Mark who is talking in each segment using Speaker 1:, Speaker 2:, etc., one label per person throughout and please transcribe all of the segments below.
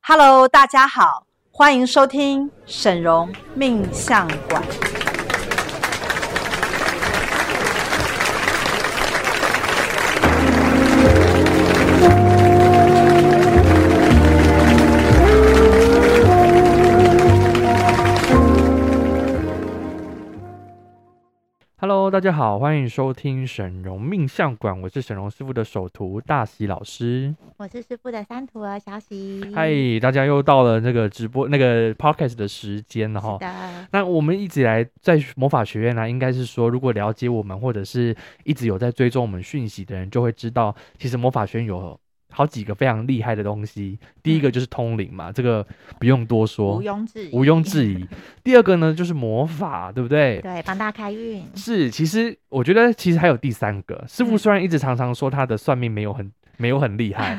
Speaker 1: Hello，大家好，欢迎收听沈荣命相馆。
Speaker 2: Hello，大家好，欢迎收听沈荣命相馆，我是沈荣师傅的首徒大喜老师。
Speaker 3: 我是师傅的三徒儿小喜。
Speaker 2: 嗨，大家又到了那个直播那个 podcast 的时间了哈
Speaker 3: 是。的，
Speaker 2: 那我们一直以来在魔法学院呢、应该是说，如果了解我们或者是一直有在追踪我们讯息的人，就会知道，其实魔法学院有好几个非常厉害的东西。第一个就是通灵嘛，这个不用多说
Speaker 3: 嗯毋，庸置疑，
Speaker 2: 毋庸置疑。第二个呢，就是魔法，对不对？
Speaker 3: 对，帮大家开运。
Speaker 2: 是，其实我觉得其实还有第三个，师傅
Speaker 3: 嗯
Speaker 2: 虽然一直常常说他的算命没有很没有很厉 害，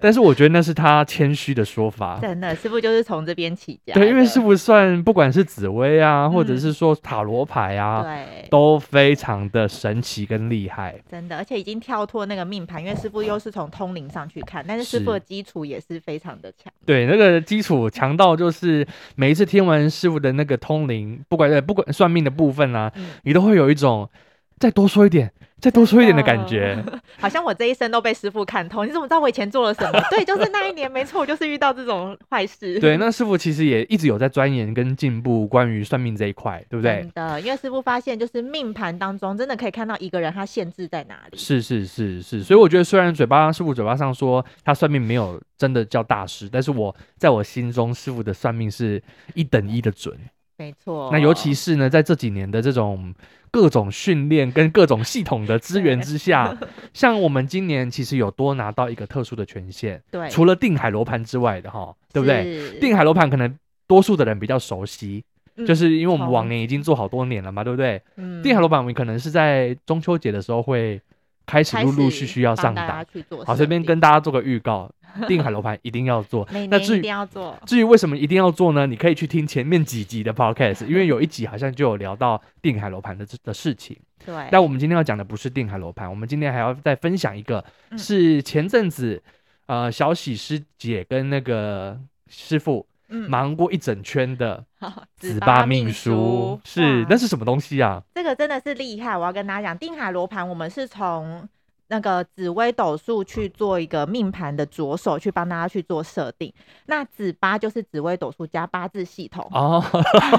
Speaker 2: 但是我觉得那是他谦虚的说法。
Speaker 3: 真的，师傅就是从这边起
Speaker 2: 啊
Speaker 3: 家的。
Speaker 2: 对，因为师傅算不管是紫薇啊，或者
Speaker 3: 嗯
Speaker 2: 是说塔罗牌啊，
Speaker 3: 对，
Speaker 2: 都非常的神奇跟厉害。
Speaker 3: 真的，而且已经跳脱那个命盘，因为师傅又是从通灵上去看，但是师
Speaker 2: 是
Speaker 3: 傅的基础也是非常的强。
Speaker 2: 对，那个基础强到就是每一次听完师傅的那个通灵，不管呃不管算命的部分啊，
Speaker 3: 嗯，
Speaker 2: 你都会有一种再多说一点，再多说一点的感
Speaker 3: 真的
Speaker 2: 觉。
Speaker 3: 好像我这一生都被师傅看透。你怎么知道我以前做了什么？对，就是那一年，没错，我就是遇到这种坏 事。
Speaker 2: 对，那师傅其实也一直有在钻研跟进步关于算命这一块，对不对？
Speaker 3: 真的，因为师傅发现，就是命盘当中真的可以看到一个人他限制在哪里。
Speaker 2: 是是是是，所以我觉得虽然嘴巴师傅嘴巴上说他算命没有真的叫大师，但是我在我心中师傅的算命是一等一的准。
Speaker 3: 没错。
Speaker 2: 那尤其是呢，在这几年的这种各种训练跟各种系统的资源之下，像我们今年其实有多拿到一个特殊的权限，
Speaker 3: 对，
Speaker 2: 除了定海罗盘之外的哈，对不对？
Speaker 3: 是？
Speaker 2: 定海罗盘可能多数的人比较熟悉，
Speaker 3: 嗯
Speaker 2: 就是因为我们
Speaker 3: 从
Speaker 2: 往年已经做好多年了嘛，对不对？
Speaker 3: 嗯
Speaker 2: 定海罗盘我们可能是在中秋节的时候会开始
Speaker 3: 开
Speaker 2: 陆陆
Speaker 3: 始
Speaker 2: 续续要
Speaker 3: 帮
Speaker 2: 上
Speaker 3: 大家
Speaker 2: 档。
Speaker 3: 去做设定。
Speaker 2: 好，这边跟大家做个预 告，定海罗盘一定要做
Speaker 3: 每。
Speaker 2: 那
Speaker 3: 年
Speaker 2: 至
Speaker 3: 一定
Speaker 2: 于
Speaker 3: 要做。
Speaker 2: 至于为什么一定要做呢？你可以去听前面几集的 podcast，因为有一集好像就有聊到定海罗盘的这的事情。
Speaker 3: 对，
Speaker 2: 但我们今天要讲的不是定海罗盘，我们今天还要再分享一个，
Speaker 3: 嗯
Speaker 2: 是前阵子呃小喜师姐跟那个师傅
Speaker 3: 嗯
Speaker 2: 忙过一整圈 的。
Speaker 3: 好
Speaker 2: 紫
Speaker 3: 八
Speaker 2: 八命
Speaker 3: 书
Speaker 2: 书是，
Speaker 3: 哇
Speaker 2: 那是什么东西啊？
Speaker 3: 这个真的是厉害。我要跟大家讲，定海罗盘我们是从那个紫微斗数去做一个命盘的着手，去帮大家去做设定。那紫八就是紫微斗数加八字系统。
Speaker 2: 哦，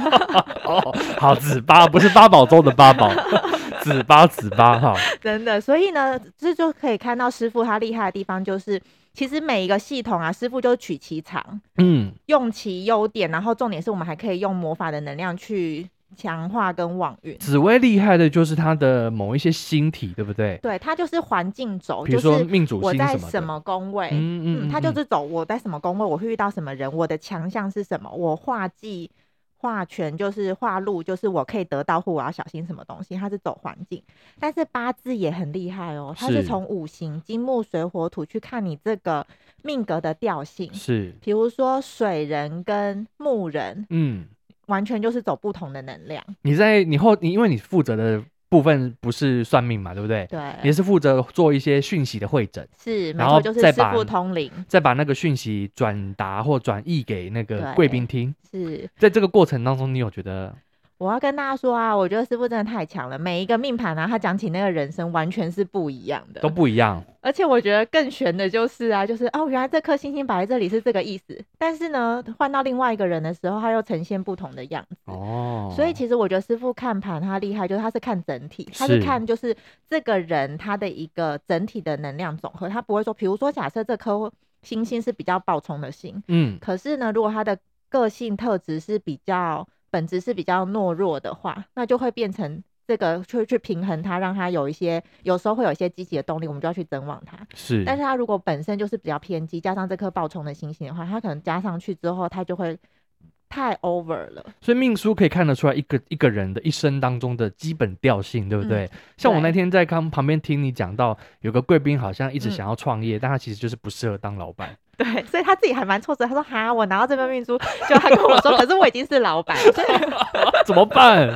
Speaker 2: 哦，好，紫八不是八宝粥的八 宝，紫八紫八哈，
Speaker 3: 真的，所以呢，这就可以看到师傅他厉害的地方，就是其实每一个系统啊，师傅就取其长，
Speaker 2: 嗯，
Speaker 3: 用其优点，然后重点是我们还可以用魔法的能量去强化跟旺运。
Speaker 2: 紫薇厉害的就是它的某一些星体，对不对？
Speaker 3: 对，它就是环境轴，
Speaker 2: 比如
Speaker 3: 就
Speaker 2: 说
Speaker 3: 是
Speaker 2: 命主
Speaker 3: 我
Speaker 2: 星
Speaker 3: 在
Speaker 2: 什么
Speaker 3: 什
Speaker 2: 的，
Speaker 3: 么宫位，
Speaker 2: 嗯
Speaker 3: 嗯，它就是走我在什么宫位，我会遇到什么人，我的强项是什么，我画技、画权就是画路，就是我可以得到或我要小心什么东西，它是走环境。但是八字也很厉害哦，它是
Speaker 2: 是
Speaker 3: 从五行金木水火土去看你这个命格的调性。
Speaker 2: 是，
Speaker 3: 比如说水人跟木人，
Speaker 2: 嗯，
Speaker 3: 完全就是走不同的能量。
Speaker 2: 你在你后你因为你负责的部分不是算命嘛，对不对？也
Speaker 3: 对，
Speaker 2: 是负责做一些讯息的会诊，
Speaker 3: 是没
Speaker 2: 然后
Speaker 3: 错，就是
Speaker 2: 再
Speaker 3: 师
Speaker 2: 把
Speaker 3: 傅通灵，
Speaker 2: 再把那个讯息转达或转译给那个
Speaker 3: 对
Speaker 2: 贵宾听。
Speaker 3: 是
Speaker 2: 在这个过程当中，你有觉得
Speaker 3: 我要跟大家说啊，我觉得师傅真的太强了。每一个命盘啊，他讲起那个人生完全是不一样的
Speaker 2: 都。不一样？
Speaker 3: 而且我觉得更悬的就是啊，就是哦，原来这颗星星摆在这里是这个意思，但是呢，换到另外一个人的时候，他又呈现不同的样子。
Speaker 2: 哦，
Speaker 3: 所以其实我觉得师傅看盘他厉害，就是他是看整体，他是
Speaker 2: 是
Speaker 3: 看就是这个人他的一个整体的能量总和，他不会说，比如说假设这颗星星是比较暴冲的星，
Speaker 2: 嗯，
Speaker 3: 可是呢，如果他的个性特质是比较本质是比较懦弱的话，那就会变成这个去去平衡他，让他有一些有时候会有一些积极的动力，我们就要去增旺他。
Speaker 2: 是，
Speaker 3: 但是他如果本身就是比较偏激，加上这颗爆冲的星星的话，他可能加上去之后，他就会太 over 了。
Speaker 2: 所以命书可以看得出来一个一个人的一生当中的基本调性，对不对？
Speaker 3: 嗯
Speaker 2: 像我那
Speaker 3: 对
Speaker 2: 天在看旁边听你讲到，有个贵宾好像一直
Speaker 3: 嗯
Speaker 2: 想要创业，但他其实就是不适合当老板。
Speaker 3: 对，所以他自己还蛮挫折。他说：“哈，我拿到这份命 书，就他跟我说，可是我已经是老板了，所以
Speaker 2: 怎么 办？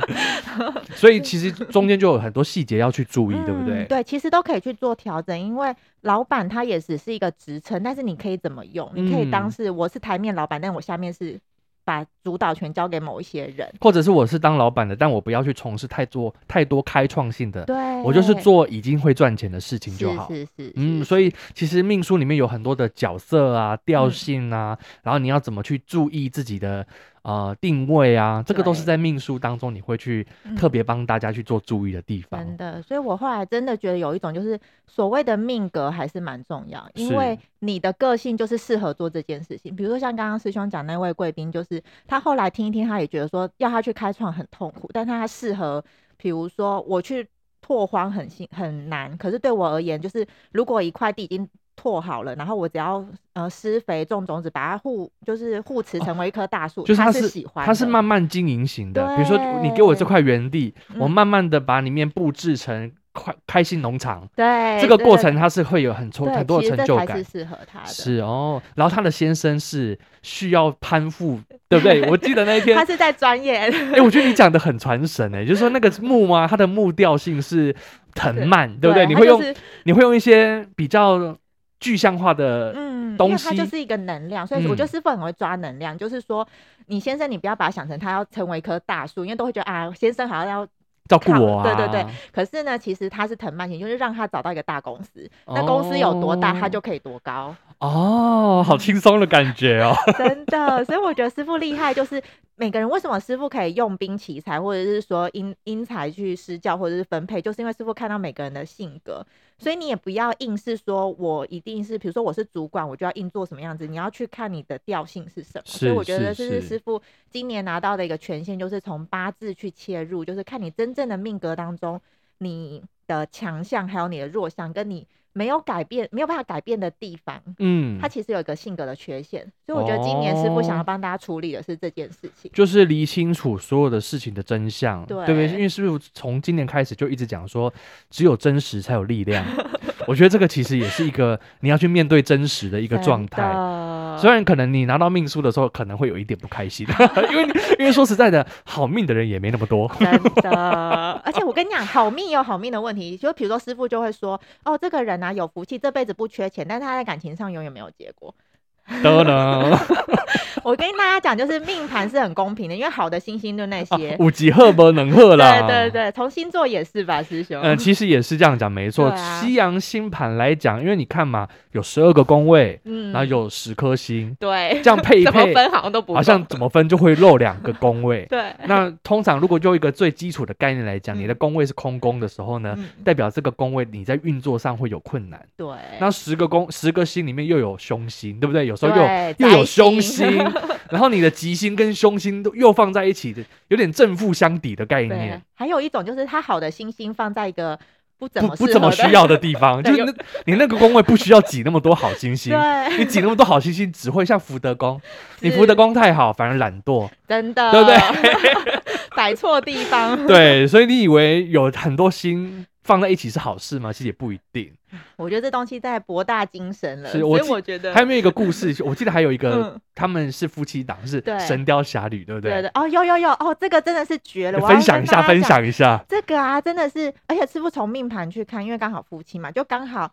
Speaker 2: 所以其实中间就有很多细节要去注意，对不对？
Speaker 3: 嗯对，其实都可以去做调整，因为老板他也只是一个职称，但是你可以怎么用？你可以
Speaker 2: 嗯
Speaker 3: 当是我是台面老板，但我下面是把主导权交给某一些人。
Speaker 2: 或者是我是当老板的，但我不要去从事太多太多开创性的，
Speaker 3: 对，
Speaker 2: 我就是做已经会赚钱的事情就好。
Speaker 3: 是是是，
Speaker 2: 嗯，
Speaker 3: 是
Speaker 2: 所以其实命书里面有很多的角色啊、调
Speaker 3: 嗯
Speaker 2: 性啊，然后你要怎么去注意自己的呃定位啊，这个都是
Speaker 3: 对
Speaker 2: 在命书当中你会去
Speaker 3: 嗯
Speaker 2: 特别帮大家去做注意的地方。
Speaker 3: 真的，所以我后来真的觉得有一种就是所谓的命格还是蛮重要，因
Speaker 2: 是
Speaker 3: 为你的个性就是适合做这件事情。比如说像刚刚师兄讲那位贵宾，就是他后来听一听，他也觉得说要他去开创很痛苦，但他适合，比如说我去拓荒很辛很难，可是对我而言，就是如果一块地已经。拓好了，然后我只要呃施肥、种种子，把它护就是护持成为一棵大树、
Speaker 2: 哦就是
Speaker 3: 他
Speaker 2: 是
Speaker 3: 喜欢的，
Speaker 2: 它是慢慢经营型的。比如说，你给我这
Speaker 3: 对
Speaker 2: 块园地，我
Speaker 3: 嗯
Speaker 2: 慢慢的把里面布置成快开心农场，
Speaker 3: 对
Speaker 2: 这个
Speaker 3: 哎对
Speaker 2: 过
Speaker 3: 对
Speaker 2: 程它是会有很
Speaker 3: 对
Speaker 2: 多很多
Speaker 3: 其
Speaker 2: 的
Speaker 3: 实
Speaker 2: 成
Speaker 3: 这
Speaker 2: 就
Speaker 3: 才
Speaker 2: 感
Speaker 3: 是。适合他的。
Speaker 2: 是哦，然后他的先生是需要攀附，对不 对？我记得那一天
Speaker 3: 他，是在专 业，
Speaker 2: 哎， 我觉得你讲的很传神哎，就是说那个木啊，它的木调性是藤
Speaker 3: 是
Speaker 2: 蔓，对不对？你
Speaker 3: 他
Speaker 2: 会
Speaker 3: 就
Speaker 2: 用
Speaker 3: 是
Speaker 2: 你会用一些比较具象化的，
Speaker 3: 嗯，
Speaker 2: 东
Speaker 3: 因为它就
Speaker 2: 西
Speaker 3: 是一个能量，所以我
Speaker 2: 嗯
Speaker 3: 觉得师傅很会抓能量，就是说，你先生你不要把他想成他要成为一棵大树，因为都会觉得啊，先生好像要，
Speaker 2: 照顾我啊，
Speaker 3: 对对对。可是呢，其实他是藤蔓型，就是让他找到一个大公司，那
Speaker 2: 哦
Speaker 3: 公司有多大，他就可以多高，
Speaker 2: 哦，好轻松的感觉哦。
Speaker 3: 真的。所以我觉得师傅厉害，就是每个人为什么师傅可以用兵奇才，或者是说因因材去施教，或者是分配，就是因为师傅看到每个人的性格，所以你也不要硬是说我一定是，比如说我是主管，我就要硬做什么样子，你要去看你的调性是什么。所以
Speaker 2: 是
Speaker 3: 我觉得
Speaker 2: 是
Speaker 3: 这是
Speaker 2: 是
Speaker 3: 师傅今年拿到的一个权限，就是从八字去切入，就是看你真正的命格当中你的强项，还有你的弱项，跟你没有改变、没有办法改变的地方。
Speaker 2: 嗯
Speaker 3: 他，其实有一个性格的缺陷，所以我觉得今年师傅想
Speaker 2: 哦
Speaker 3: 要帮大家处理的是这件事情。
Speaker 2: 就是理清楚所有的事情的真相，
Speaker 3: 对
Speaker 2: 不对？因为师傅从今年开始就一直讲说，只有真实才有力量。 我觉得这个其实也是一个你要去面对真实的一个状态。
Speaker 3: 态
Speaker 2: 虽
Speaker 3: 以
Speaker 2: 然可能你拿到命书的时候，可能会有一点不开心， 因为你因为说实在的，好命的人也没那么多。
Speaker 3: 真的，而且我跟你讲，好命有好命的问题，就比如说师傅就会说，哦，这个人啊有福气，这辈子不缺钱，但是他在感情上永远没有结果。
Speaker 2: 的呢，
Speaker 3: 我跟大家讲，就是命盘是很公平的，因为好的星星就那些。
Speaker 2: 五级赫不能赫哦啦。
Speaker 3: 对对。对，从星座也是吧，师兄。
Speaker 2: 嗯，其实也是这样讲，没错。
Speaker 3: 对啊
Speaker 2: 西洋星盘来讲，因为你看嘛，有十二个宫位，
Speaker 3: 嗯
Speaker 2: 然后有十颗星，
Speaker 3: 对
Speaker 2: 这，样配一
Speaker 3: 怎么
Speaker 2: 配，
Speaker 3: 分好像都不
Speaker 2: 好像
Speaker 3: 够。
Speaker 2: 怎么分就会漏两个宫位
Speaker 3: 对，
Speaker 2: 那通常如果就一个最基础的概念来讲，
Speaker 3: 嗯
Speaker 2: 你的宫位是空宫的时候呢，
Speaker 3: 嗯
Speaker 2: 代表这个宫位你在运作上会有困难。
Speaker 3: 对，
Speaker 2: 那十个宫十个星里面又有凶星，对不对？有时候又
Speaker 3: 对
Speaker 2: 又有
Speaker 3: 宅心
Speaker 2: 凶星， 然后你的吉星跟凶星都又放在一起的，有点正负相抵的概
Speaker 3: 对
Speaker 2: 念，，
Speaker 3: 还有一种就是他好的星星放在一个不怎
Speaker 2: 不
Speaker 3: 么
Speaker 2: 不
Speaker 3: 适
Speaker 2: 怎么
Speaker 3: 合的
Speaker 2: 需 要的地方，就是
Speaker 3: 对
Speaker 2: 那你那个宫位不需要挤那么多好星星。
Speaker 3: 对，
Speaker 2: 你挤那么多好星星，只会像福德宫。你
Speaker 3: 是
Speaker 2: 福德宫太好，反而懒 惰。
Speaker 3: 真的，
Speaker 2: 对不
Speaker 3: 对？ 摆错地 方，
Speaker 2: 对，所以你以为有很多心放在一起是好事吗？其实也不一定。
Speaker 3: 我觉得这东西在博大精深了，
Speaker 2: 是我
Speaker 3: 所以
Speaker 2: 记
Speaker 3: 我觉得
Speaker 2: 还有没有一个故事？我记得还有一个
Speaker 3: 嗯，
Speaker 2: 他们是夫妻档，是
Speaker 3: 对
Speaker 2: 《神雕侠侣》，对不
Speaker 3: 对
Speaker 2: 对？哎
Speaker 3: 的哦，有有有哦，这个真的是绝了，我要
Speaker 2: 分享
Speaker 3: 跟
Speaker 2: 一下，
Speaker 3: 大家
Speaker 2: 分
Speaker 3: 讲
Speaker 2: 享一下。
Speaker 3: 这个啊，真的是，而且师傅从命盘去看，因为刚好夫妻嘛，就刚好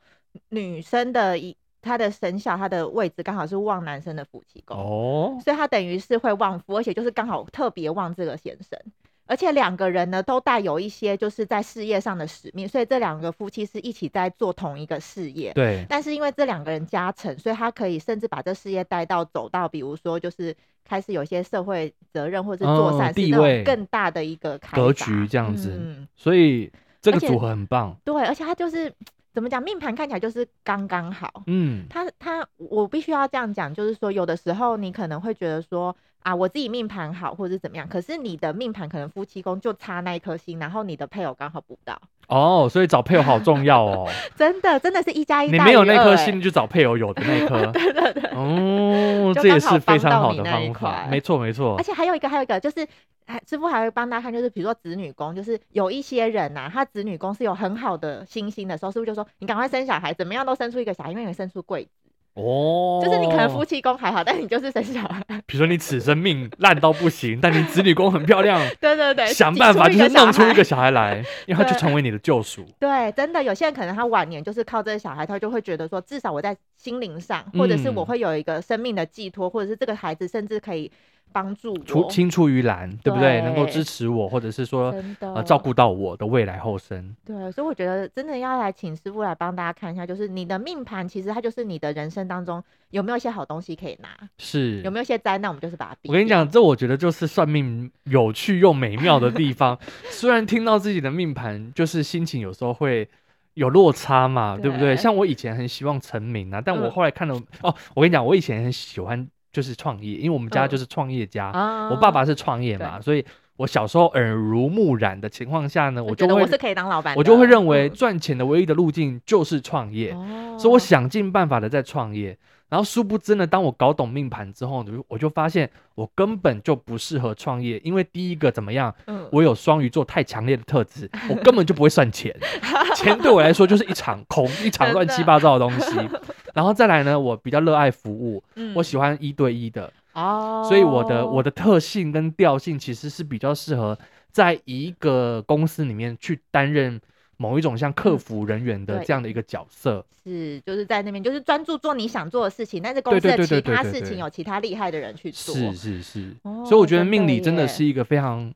Speaker 3: 女生的一她的生肖，她的位置刚好是旺男生的夫妻宫。
Speaker 2: 哦，
Speaker 3: 所以他等于是会旺夫，而且就是刚好特别旺这个先生，而且两个人呢都带有一些就是在事业上的使命，所以这两个夫妻是一起在做同一个事业。
Speaker 2: 对，
Speaker 3: 但是因为这两个人加成，所以他可以甚至把这事业带到走到，比如说就是开始有一些社会责任或者是做善
Speaker 2: 哦
Speaker 3: 事、
Speaker 2: 地
Speaker 3: 那种
Speaker 2: 位
Speaker 3: 更大的一个开
Speaker 2: 格
Speaker 3: 发
Speaker 2: 局这样子
Speaker 3: 嗯，
Speaker 2: 所以这个
Speaker 3: 而且
Speaker 2: 组合很棒。
Speaker 3: 对，而且他就是怎么讲，命盘看起来就是刚刚好。
Speaker 2: 嗯，
Speaker 3: 他他，我必须要这样讲，就是说，有的时候你可能会觉得说啊，我自己命盘好，或者是怎么样，可是你的命盘可能夫妻宫就差那一颗星，然后你的配偶刚好补到，
Speaker 2: 哦，所以找配偶好重要哦。
Speaker 3: 真的真的是一加一
Speaker 2: 你
Speaker 3: 大
Speaker 2: 没有
Speaker 3: 于
Speaker 2: 那
Speaker 3: 二
Speaker 2: 颗
Speaker 3: 欸
Speaker 2: 心，你就找配偶有的 那颗。对对对。哦，
Speaker 3: 就
Speaker 2: 这也
Speaker 3: 刚好
Speaker 2: 是非
Speaker 3: 帮
Speaker 2: 常
Speaker 3: 到
Speaker 2: 好
Speaker 3: 你
Speaker 2: 的
Speaker 3: 那一
Speaker 2: 方法，
Speaker 3: 块
Speaker 2: 没错没错
Speaker 3: 而。且还有一个，还有一个就是，哎，师傅还会帮大家看，就是比如说子女宫，就是有一些人呐、他子女宫是有很好的星星的时候，师傅就说你赶快生小孩，怎么样都生出一个小孩，因为你生出贵子，
Speaker 2: 哦，
Speaker 3: 就是你可能夫，妻宫还好，但你就是生小孩。
Speaker 2: 比如说你此生命烂到不行，但你子女宫很漂亮，
Speaker 3: 对对 对，
Speaker 2: 想
Speaker 3: 挤
Speaker 2: 办法就是
Speaker 3: 个小
Speaker 2: 弄出一
Speaker 3: 孩
Speaker 2: 个。小孩来，因为他就
Speaker 3: 对
Speaker 2: 成为你的救赎。
Speaker 3: 对，真的有些人可能他晚年就是靠这个小孩，他就会觉得说，至少我在心灵上，或者是我
Speaker 2: 嗯
Speaker 3: 会有一个生命的寄托，或者是这个孩子甚至可以帮助
Speaker 2: 出
Speaker 3: 我。
Speaker 2: 青出于蓝，对不对？能够
Speaker 3: 对
Speaker 2: 支持我，或者是说
Speaker 3: 真的
Speaker 2: 呃照顾到我的未来后生。
Speaker 3: 对，所以我觉得真的要来请师傅来帮大家看一下，就是你的命盘，其实它就是你的人生当中有没有一些好东西可以拿，
Speaker 2: 是
Speaker 3: 有没有一些灾难，我们就是把它避
Speaker 2: 我跟你
Speaker 3: 掉，
Speaker 2: 讲，这我觉得就是算命有趣又美妙的地 方。虽然听到自己的命盘，就是心情有时候会有落差嘛，对不对？
Speaker 3: 对
Speaker 2: 像我以前很希望成名啊，但我
Speaker 3: 嗯
Speaker 2: 后来看了，哦，我跟你讲，我以前很喜欢就是创业，因为我们家
Speaker 3: 嗯
Speaker 2: 就是创业家，
Speaker 3: 啊
Speaker 2: 我爸爸是创业嘛，所以我小时候耳濡目染的情况下呢，
Speaker 3: 我
Speaker 2: 就
Speaker 3: 觉得
Speaker 2: 会
Speaker 3: 我是可以当老板的，
Speaker 2: 我就会认为赚钱的唯一的路径就是创业。
Speaker 3: 嗯，
Speaker 2: 所以我
Speaker 3: 哦
Speaker 2: 想尽办法的在创业。然后殊不知呢，当我搞懂命盘之后，我就发现我根本就不适合创业，因为第一个怎么样，
Speaker 3: 嗯
Speaker 2: 我有双鱼座太强烈的特质，我根本就不会算 钱，钱对我来说就是一场空，一场
Speaker 3: 真
Speaker 2: 乱
Speaker 3: 的
Speaker 2: 七八糟的 东西。然后再来呢，我比较热爱服务，
Speaker 3: 嗯
Speaker 2: 我喜欢一对一的，
Speaker 3: 哦，
Speaker 2: 所以我的我的特性跟调性其实是比较适合在一个公司里面去担任某一种像客服人员的
Speaker 3: 嗯对
Speaker 2: 这样的一个角色。
Speaker 3: 是就是在那边就是专注做你想做的事情，但是公
Speaker 2: 对
Speaker 3: 司
Speaker 2: 对
Speaker 3: 的
Speaker 2: 对对
Speaker 3: 其
Speaker 2: 对
Speaker 3: 他
Speaker 2: 对
Speaker 3: 事
Speaker 2: 对
Speaker 3: 情有其他厉害的人去做，
Speaker 2: 是是是，
Speaker 3: 哦
Speaker 2: 所以我觉得
Speaker 3: 真
Speaker 2: 命
Speaker 3: 的
Speaker 2: 理真的
Speaker 3: 耶
Speaker 2: 是一个非常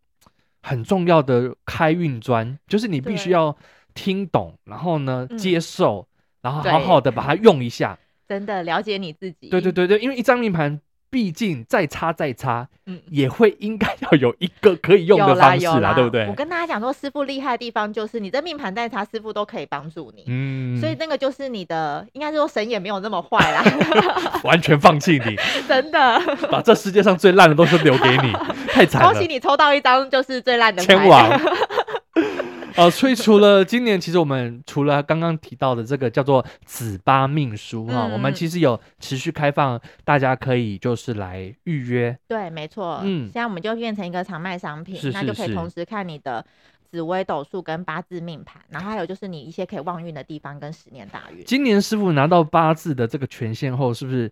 Speaker 2: 很重要的开运砖，就是你必须
Speaker 3: 对
Speaker 2: 要听懂，然后呢
Speaker 3: 嗯
Speaker 2: 接受，然后
Speaker 3: 对
Speaker 2: 好好的把它用一下。
Speaker 3: 真的了解你自己，
Speaker 2: 对对，对对，因为一张命盘。毕竟再差再差，
Speaker 3: 嗯。
Speaker 2: 也会应该要有一个可以用
Speaker 3: 有
Speaker 2: 的
Speaker 3: 啦
Speaker 2: 方式
Speaker 3: 有啦，
Speaker 2: 对不对
Speaker 3: 我？跟大家讲说，师傅厉害的地方就是你这命盘再差，师傅都可以帮助你。
Speaker 2: 嗯，
Speaker 3: 所以那个就是你的，应该是说神也没有那么坏啦，
Speaker 2: 完全放弃你，
Speaker 3: 真的。
Speaker 2: 把这世界上最烂的东西都留给 你， 太惨
Speaker 3: 恭
Speaker 2: 了
Speaker 3: 喜。你抽到一张就是最烂的牌
Speaker 2: 前往。 呃，所以除了今年，其实我们除了刚刚提到的这个叫做子八命书哈、我们
Speaker 3: 嗯
Speaker 2: 其实有持续开放，大家可以就是来预约。
Speaker 3: 对，没错。
Speaker 2: 嗯
Speaker 3: 嗯，现在我们就变成一个常卖商品，
Speaker 2: 是
Speaker 3: 那
Speaker 2: 是
Speaker 3: 就可
Speaker 2: 是
Speaker 3: 以同时看你的紫微斗数跟八字命盘，然后还有就是你一些可以旺运的地方跟十年大运。
Speaker 2: 今年师傅拿到八字的这个权限后，是不是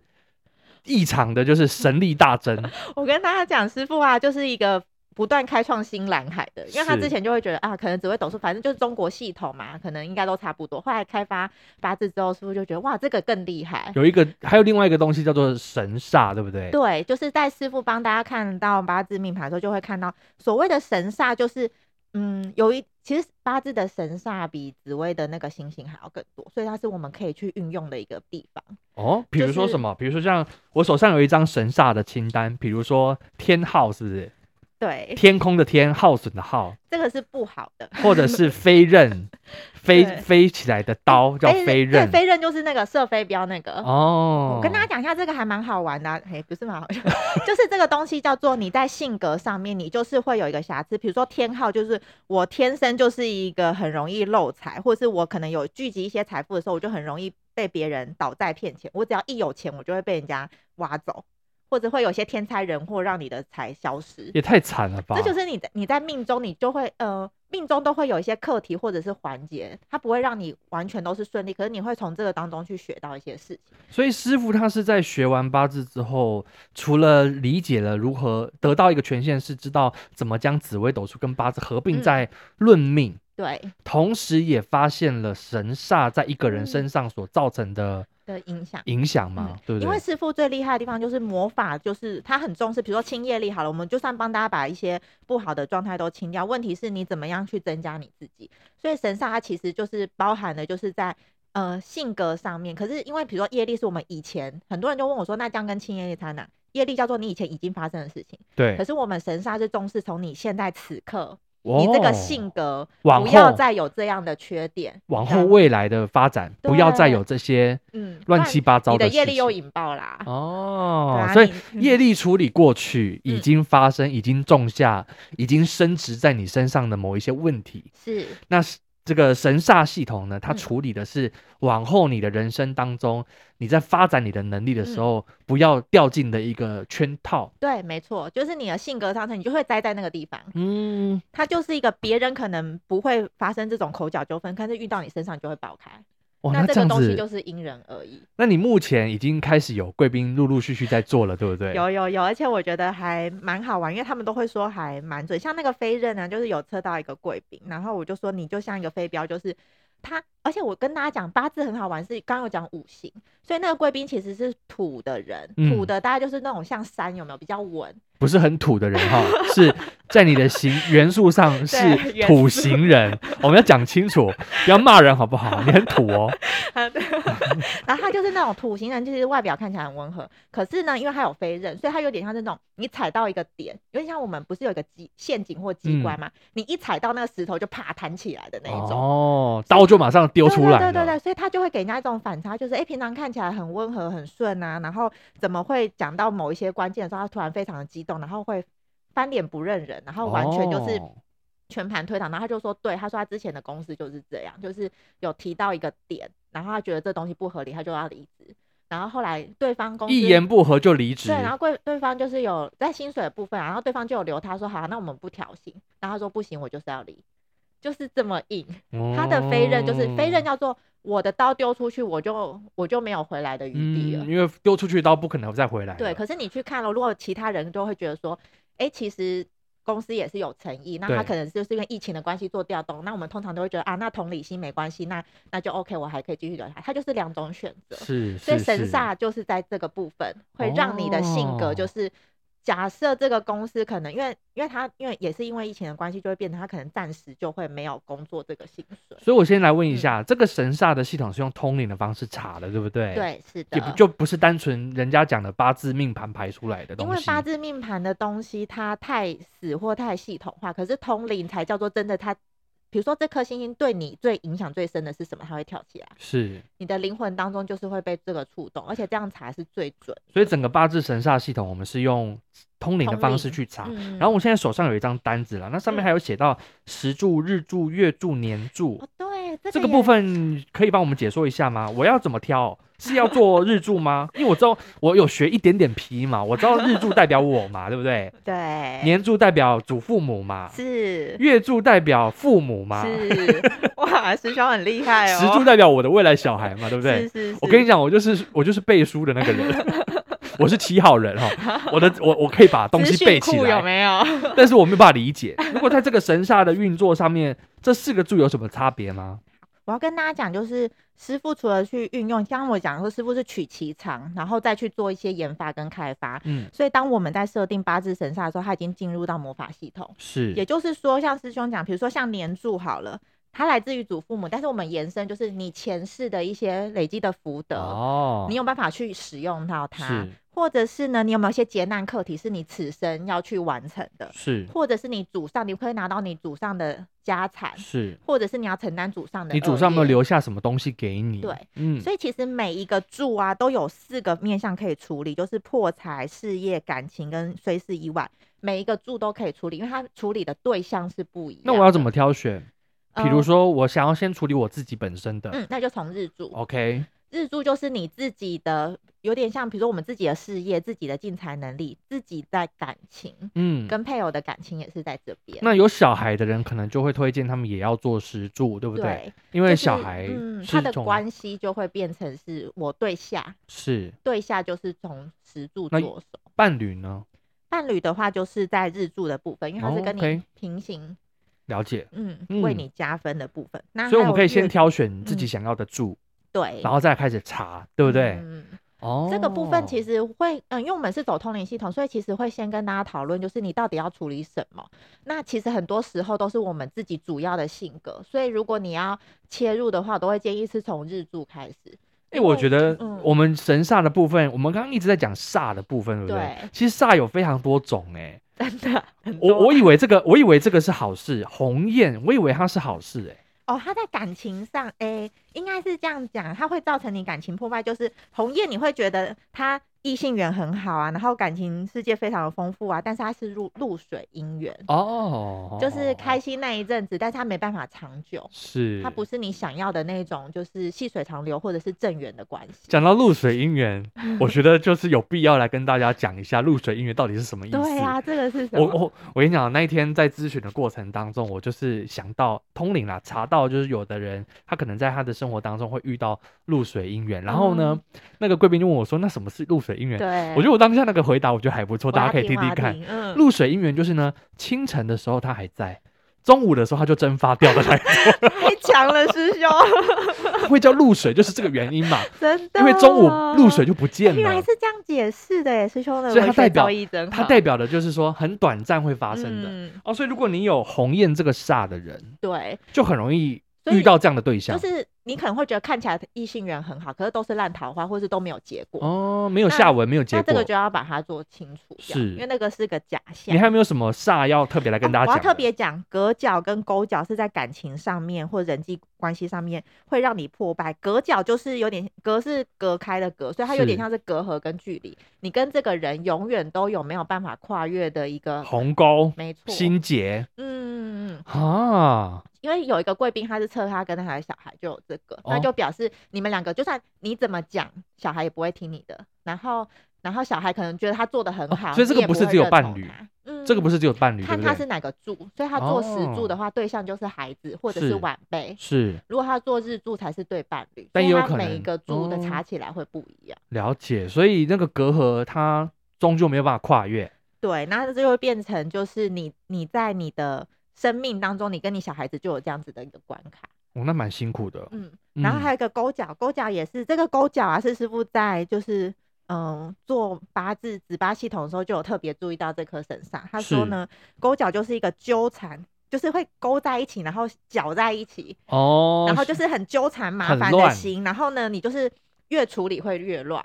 Speaker 2: 异常的，就是神力大增？
Speaker 3: 我跟大家讲，师傅啊，就是一个。不断开创新蓝海的，因为他
Speaker 2: 是
Speaker 3: 之前就会觉得啊，可能紫微斗数，反正就是中国系统嘛，可能应该都差不多。后来开发八字之后，师傅就觉得哇，这个更厉害。
Speaker 2: 有一个，还有另外一个东西叫做神煞，对不对？
Speaker 3: 对，就是在师傅帮大家看到八字命盘的时候，就会看到所谓的神煞，就是嗯，有一其实八字的神煞比紫微的那个星星还要更多，所以它是我们可以去运用的一个地方。
Speaker 2: 哦，比
Speaker 3: 就
Speaker 2: 如说
Speaker 3: 是
Speaker 2: 什么？比如说像我手上有一张神煞的清单，比如说天耗，是不是？
Speaker 3: 对，
Speaker 2: 天空的天，耗损的耗。
Speaker 3: 这个是不好的。
Speaker 2: 或者是飞刃，飞
Speaker 3: 对
Speaker 2: 飞起来的刀 叫飞刃
Speaker 3: 对，。飞刃就是那个射飞镖那个。
Speaker 2: 哦，
Speaker 3: 我跟大家讲一下，这个还蛮好玩的啊、嘿，不是蛮好笑， 就是这个东西叫做你在性格上面，你就是会有一个瑕疵，比如说天号，就是我天生就是一个很容易漏财，或是我可能有聚集一些财富的时候，我就很容易被别人倒债骗钱，我只要一有钱，我就会被人家挖走，或者会有一些天灾人祸让你的财消失，
Speaker 2: 也太惨了吧！
Speaker 3: 这就是你在你在命中，你就会呃。命中都会有一些课题或者是环节，它不会让你完全都是顺利，可是你会从这个当中去学到一些事情。
Speaker 2: 所以师傅他是在学完八字之后，除了理解了如何得到一个权限，是知道怎么将紫微斗数跟八字合并
Speaker 3: 嗯
Speaker 2: 在论命，
Speaker 3: 对，
Speaker 2: 同时也发现了神煞在一个人
Speaker 3: 嗯
Speaker 2: 身上所造成的
Speaker 3: 的影响。
Speaker 2: 影响嘛，对不
Speaker 3: 因为
Speaker 2: 对？
Speaker 3: 师傅最厉害的地方就是魔法，就是他很重视，比如说清业力好了，我们就算帮大家把一些不好的状态都清掉，问题是你怎么样去增加你自己。所以神煞它其实就是包含的，就是在呃性格上面。可是因为比如说业力是我们以前很多人就问我说，那这样跟清业力差哪？业力叫做你以前已经发生的事情，可
Speaker 2: 对，
Speaker 3: 是我们神煞是重视从你现在此刻
Speaker 2: 哦
Speaker 3: 你这个性格
Speaker 2: 往
Speaker 3: 不要
Speaker 2: 后
Speaker 3: 再有这样的缺点，
Speaker 2: 往
Speaker 3: 这样
Speaker 2: 后未来的发展不要再
Speaker 3: 对
Speaker 2: 有这些
Speaker 3: 嗯
Speaker 2: 乱七八糟
Speaker 3: 你的
Speaker 2: 的
Speaker 3: 业
Speaker 2: 事
Speaker 3: 力又
Speaker 2: 情。
Speaker 3: 引爆啦。对
Speaker 2: 哦，
Speaker 3: 啊
Speaker 2: 所以
Speaker 3: 你
Speaker 2: 业力处理过去已
Speaker 3: 嗯
Speaker 2: 经发生、已经种下、已经升值在你身上的某一些问题，
Speaker 3: 是
Speaker 2: 那是这个神煞系统呢，它
Speaker 3: 嗯
Speaker 2: 处理的是往后你的人生当中，你在发展你的能力的
Speaker 3: 嗯
Speaker 2: 时候，不要掉进的一个圈套。
Speaker 3: 对，没错，就是你的性格上头，你就会待在那个地方。
Speaker 2: 嗯，
Speaker 3: 它就是一个别人可能不会发生这种口角纠纷，但是遇到你身上就会爆开。
Speaker 2: 哇，
Speaker 3: 那
Speaker 2: 哦那这
Speaker 3: 这个
Speaker 2: 样
Speaker 3: 东西
Speaker 2: 子，
Speaker 3: 就是因人而异。
Speaker 2: 那你目前已经开始有贵宾陆陆续续在做了，对不对？
Speaker 3: 有有有，而且我觉得还蛮好玩，因为他们都会说还蛮准。像那个飞刃呢，啊就是有测到一个贵宾，然后我就说你就像一个飞镖，就是他。而且我跟大家讲，八字很好玩，是刚刚有讲五行，所以那个贵宾其实是土的人，土
Speaker 2: 嗯
Speaker 3: 的大概就是那种像山有没有比较稳，
Speaker 2: 不是很土的人哈，是在你的形元素上是
Speaker 3: 元
Speaker 2: 土
Speaker 3: 素
Speaker 2: 型人。我们要讲清楚，不要骂人好不好？你很土哦。
Speaker 3: 啊，对。 然后他就是那种土型人，就是外表看起来很温和，可是呢，因为他有飞刃，所以他有点像那种你踩到一个点，有点像我们不是有一个机陷阱或机
Speaker 2: 嗯
Speaker 3: 关嘛，你一踩到那个石头就啪弹起来的那一种。
Speaker 2: 哦，刀就马上丢出来
Speaker 3: 对对对对
Speaker 2: 了
Speaker 3: 对，所以他就会给人家一种反差，就是哎，诶平常看起来很温和、很顺啊，然后怎么会讲到某一些关键的时候，他突然非常的激动，然后会翻脸不认人，然后完全就是
Speaker 2: 哦
Speaker 3: 全盘推导，然后他就说，对，他说他之前的公司就是这样，就是有提到一个点，然后他觉得这东西不合理，他就要离职。然后后来对方公司
Speaker 2: 一言不合就离职
Speaker 3: 对，。然后对对方就是有在薪水的部分，啊然后对方就有留他说好，啊那我们不调薪，然后他说不行，我就是要离，就是这么硬。他的飞刃就是飞刃
Speaker 2: 哦
Speaker 3: 叫做我的刀丢出去，我就我就没有回来的余地了。
Speaker 2: 嗯，因为丢出去的刀不可能再回来了。
Speaker 3: 对，可是你去看了，如果其他人都会觉得说，哎、其实公司也是有诚意，那他
Speaker 2: 对
Speaker 3: 可能就是因为疫情的关系做调动，那我们通常都会觉得啊，那同理心没关系，那那就 OK，我还可以继续留下来。它就是两种选择，
Speaker 2: 是，
Speaker 3: 所以
Speaker 2: 是
Speaker 3: 神
Speaker 2: 是
Speaker 3: 煞就是在这个部分会让你的性格就
Speaker 2: 哦
Speaker 3: 是。假设这个公司可能因为因为他因为也是因为疫情的关系，就会变成他可能暂时就会没有工作这个薪水。
Speaker 2: 所以我先来问一
Speaker 3: 嗯
Speaker 2: 下，这个神煞的系统是用通灵的方式查的，对不对？，
Speaker 3: 对，是的，
Speaker 2: 也不就不是单纯人家讲的八字命盘排出来的东
Speaker 3: 因
Speaker 2: 西。
Speaker 3: 为八字命盘的东西它太死或太系统化，可是通灵才叫做真的它。比如说这颗星星对你最影响最深的是什么？它会跳起来，
Speaker 2: 是，
Speaker 3: 你的灵魂当中就是会被这个触动，而且这样查是最准。
Speaker 2: 所以整个八字神煞系统，我们是用通灵的
Speaker 3: 通
Speaker 2: 方式
Speaker 3: 灵
Speaker 2: 去查。
Speaker 3: 嗯
Speaker 2: 然后我现在手上有一张单子了，那上面
Speaker 3: 嗯
Speaker 2: 还有写到时柱、日柱、月柱、年柱。
Speaker 3: 哦，对，这
Speaker 2: 这
Speaker 3: 个
Speaker 2: 个部
Speaker 3: 也
Speaker 2: 分可以帮我们解说一下吗？我要怎么挑？是要做日柱吗？因为我知道我有学一点点皮嘛，我知道日柱代表我嘛，对不对？
Speaker 3: 对，
Speaker 2: 年柱代表祖父母嘛，
Speaker 3: 是
Speaker 2: 月柱代表父母嘛，
Speaker 3: 是 哇，师兄很厉害哦，
Speaker 2: 时柱代表我的未来小孩嘛，对不对
Speaker 3: 是？是是，
Speaker 2: 我跟你讲，我就是我就是背书的那个人， 我是七号人哈，我的我我可以把东
Speaker 3: 资
Speaker 2: 西
Speaker 3: 讯
Speaker 2: 背起
Speaker 3: 库有
Speaker 2: 来，
Speaker 3: 没有？
Speaker 2: 但是我没有办法理解。如果在这个神煞的运作上面，这四个柱有什么差别吗？
Speaker 3: 我要跟大家讲，就是师傅除了去运用，像我讲说，师傅是取其长，然后再去做一些研发跟开发。
Speaker 2: 嗯，
Speaker 3: 所以当我们在设定八字神煞的时候，它已经进入到魔法系统。也
Speaker 2: 是
Speaker 3: 就是说，像师兄讲，比如说像年柱好了，它来自于祖父母，但是我们延伸就是你前世的一些累积的福德，
Speaker 2: 哦
Speaker 3: 你有办法去使用到它
Speaker 2: 是，
Speaker 3: 或者是呢，你有没有一些劫难课题是你此生要去完成的，
Speaker 2: 是
Speaker 3: 或者是你祖上你可以拿到你祖上的家产，
Speaker 2: 是，
Speaker 3: 或者是你要承担祖上的
Speaker 2: 你祖
Speaker 3: 恶
Speaker 2: 上有没有
Speaker 3: 业
Speaker 2: 留下什么东西给你？
Speaker 3: 对，
Speaker 2: 嗯，
Speaker 3: 所以其实每一个柱啊都有四个面向可以处理，就是破财、事业、感情跟虽事意外，每一个柱都可以处理，因为它处理的对象是不一样。
Speaker 2: 那我要怎么？挑选？比如
Speaker 3: 呃
Speaker 2: 说，我想要先处理我自己本身的、
Speaker 3: 嗯，那就从日柱，
Speaker 2: o k
Speaker 3: 日柱就是你自己的，有点像比如说我们自己的事业、自己的进财能力、自己在感情
Speaker 2: 嗯，
Speaker 3: 跟配偶的感情也是在这边。
Speaker 2: 那有小孩的人可能就会推荐他们也要做石柱，对不对？
Speaker 3: 对，
Speaker 2: 因
Speaker 3: 因
Speaker 2: 为小孩
Speaker 3: 嗯，他
Speaker 2: 是
Speaker 3: 的
Speaker 2: 从、
Speaker 3: 关系就会变成是我对下，
Speaker 2: 是
Speaker 3: 对下就是从石柱
Speaker 2: 那
Speaker 3: 着手。
Speaker 2: 伴侣呢，
Speaker 3: 伴侣的话，就是在日柱的部分，因为它是
Speaker 2: 哦
Speaker 3: 跟你
Speaker 2: ，OK
Speaker 3: 平行，
Speaker 2: 了解。
Speaker 3: 嗯，
Speaker 2: 嗯
Speaker 3: 为你加分的部分。那
Speaker 2: 所以我
Speaker 3: 啊还
Speaker 2: 们
Speaker 3: 有
Speaker 2: 可以先
Speaker 3: 月
Speaker 2: 挑选自己
Speaker 3: 嗯
Speaker 2: 想要的柱，
Speaker 3: 对，
Speaker 2: 然后再开始查，对不对？
Speaker 3: 嗯
Speaker 2: 哦，
Speaker 3: 这个部分其实会，嗯，因为我们是走通灵系统，所以其实会先跟大家讨论，就是你到底要处理什么。那其实很多时候都是我们自己主要的性格，所以如果你要切入的话，我都会建议是从日柱开始。
Speaker 2: 哎、我觉得
Speaker 3: 嗯
Speaker 2: 我们神煞的部分，我们刚刚一直在讲煞的部分，对不对？
Speaker 3: 对
Speaker 2: 其实煞有非常多种、哎
Speaker 3: 真的很
Speaker 2: 我
Speaker 3: 多
Speaker 2: 我以为这个，我以为这个是好事，鸿雁，我以为它是好事、欸，
Speaker 3: 哦，他在感情上，诶、应该是这样讲，他会造成你感情破坏。就是红叶，你会觉得他异性缘很好啊，然后感情世界非常的丰富啊，但是他是露露水姻缘，
Speaker 2: 哦，
Speaker 3: 就是开心那一阵子，但是他没办法长久，
Speaker 2: 是，
Speaker 3: 他不是你想要的那种，就是细水长流或者是正缘的关系。
Speaker 2: 讲到露水姻缘，我觉得就是有必要来跟大家讲一下露水姻缘到底是什么意思。
Speaker 3: 对啊，这个是什
Speaker 2: 我
Speaker 3: 么？
Speaker 2: 我我跟你讲，那一天在咨询的过程当中，我就是想到通灵啦，查到就是有的人他可能在他的生活当中会遇到露水姻缘，然后呢，那个贵宾就问我说，那什么是露水姻缘？
Speaker 3: 哦对，
Speaker 2: 我觉得我当下那个回答我觉得还不错，
Speaker 3: 我
Speaker 2: 大
Speaker 3: 要
Speaker 2: 家可以听
Speaker 3: 我
Speaker 2: 听
Speaker 3: 要
Speaker 2: 看。
Speaker 3: 嗯，
Speaker 2: 露水姻缘就是呢，清晨的时候它还在，中午的时候它就蒸发掉了，
Speaker 3: 太强了，师兄，
Speaker 2: 会叫露水就是这个原因嘛，
Speaker 3: 真的。
Speaker 2: 因
Speaker 3: 哎
Speaker 2: 为中午露水就不见
Speaker 3: 哦原来
Speaker 2: 了
Speaker 3: 是。这样解释的耶，师兄的
Speaker 2: 所以它
Speaker 3: 文学
Speaker 2: 代表
Speaker 3: 造诣真
Speaker 2: 它
Speaker 3: 好
Speaker 2: 代表的就是说很短暂会发生的、
Speaker 3: 嗯
Speaker 2: 哦，所以如果你有鸿雁这个煞的人，
Speaker 3: 对，
Speaker 2: 就很容易
Speaker 3: 所以
Speaker 2: 遇到这样的对象，
Speaker 3: 就是你可能会觉得看起来异性缘很好，可是都是烂桃花，或是都没有结果。
Speaker 2: 哦，没有
Speaker 3: 那
Speaker 2: 下文，没有结
Speaker 3: 那这
Speaker 2: 果
Speaker 3: 个。就要把它做清楚掉，
Speaker 2: 是
Speaker 3: 因为那个是个假象。
Speaker 2: 你还有没有什么煞要特别来
Speaker 3: 哦
Speaker 2: 跟大
Speaker 3: 我
Speaker 2: 家
Speaker 3: 要
Speaker 2: 讲的？
Speaker 3: 特别讲，隔角跟勾角是在感情上面或人际关系上面会让你破败。隔角就是有点隔是隔开的隔，所以它有点
Speaker 2: 是
Speaker 3: 像是隔阂跟距离，你跟这个人永远都有没有办法跨越的一个。
Speaker 2: 鸿沟、
Speaker 3: 没错，嗯
Speaker 2: 心结
Speaker 3: 嗯嗯，
Speaker 2: 啊，
Speaker 3: 因为有一个贵宾，他是测他跟他的小孩就有这个，
Speaker 2: 哦
Speaker 3: 那就表示你们两个就算你怎么讲，小孩也不会听你的。然后，然后小孩可能觉得他做的很
Speaker 2: 哦
Speaker 3: 好、
Speaker 2: 所以这个
Speaker 3: 你也
Speaker 2: 不
Speaker 3: 不
Speaker 2: 是
Speaker 3: 会
Speaker 2: 只有
Speaker 3: 认
Speaker 2: 伴
Speaker 3: 同
Speaker 2: 侣
Speaker 3: 他，嗯
Speaker 2: 这个不是只有伴侣，对
Speaker 3: 看
Speaker 2: 不
Speaker 3: 他
Speaker 2: 对？哦
Speaker 3: 是哪个柱，所以他做十柱的话，对象就是孩子或者
Speaker 2: 是
Speaker 3: 是晚辈。
Speaker 2: 是
Speaker 3: 如果他做日柱才是对伴侣，
Speaker 2: 但
Speaker 3: 所以
Speaker 2: 也有
Speaker 3: 他
Speaker 2: 可
Speaker 3: 每一
Speaker 2: 能
Speaker 3: 个柱的
Speaker 2: 哦
Speaker 3: 查起来会不一样。
Speaker 2: 了解，所以那个隔阂它终究没有办法跨越。
Speaker 3: 对，那这就会变成就是你你在你的生命当中，你跟你小孩子就有这样子的一个关卡。
Speaker 2: 哦，那蛮辛苦的。
Speaker 3: 嗯，然后还
Speaker 2: 有
Speaker 3: 有一个勾脚，勾脚也是这个勾脚啊，是师傅在就是嗯做八字紫八系统的时候就有特别注意到这颗神煞。他说
Speaker 2: 是
Speaker 3: 呢，勾脚就是一个纠缠，就是会勾在一起，然后搅在一起，
Speaker 2: 哦，
Speaker 3: 然后就是很纠缠麻
Speaker 2: 很
Speaker 3: 烦的
Speaker 2: 乱
Speaker 3: 心。然后呢，你就是越处理会越乱。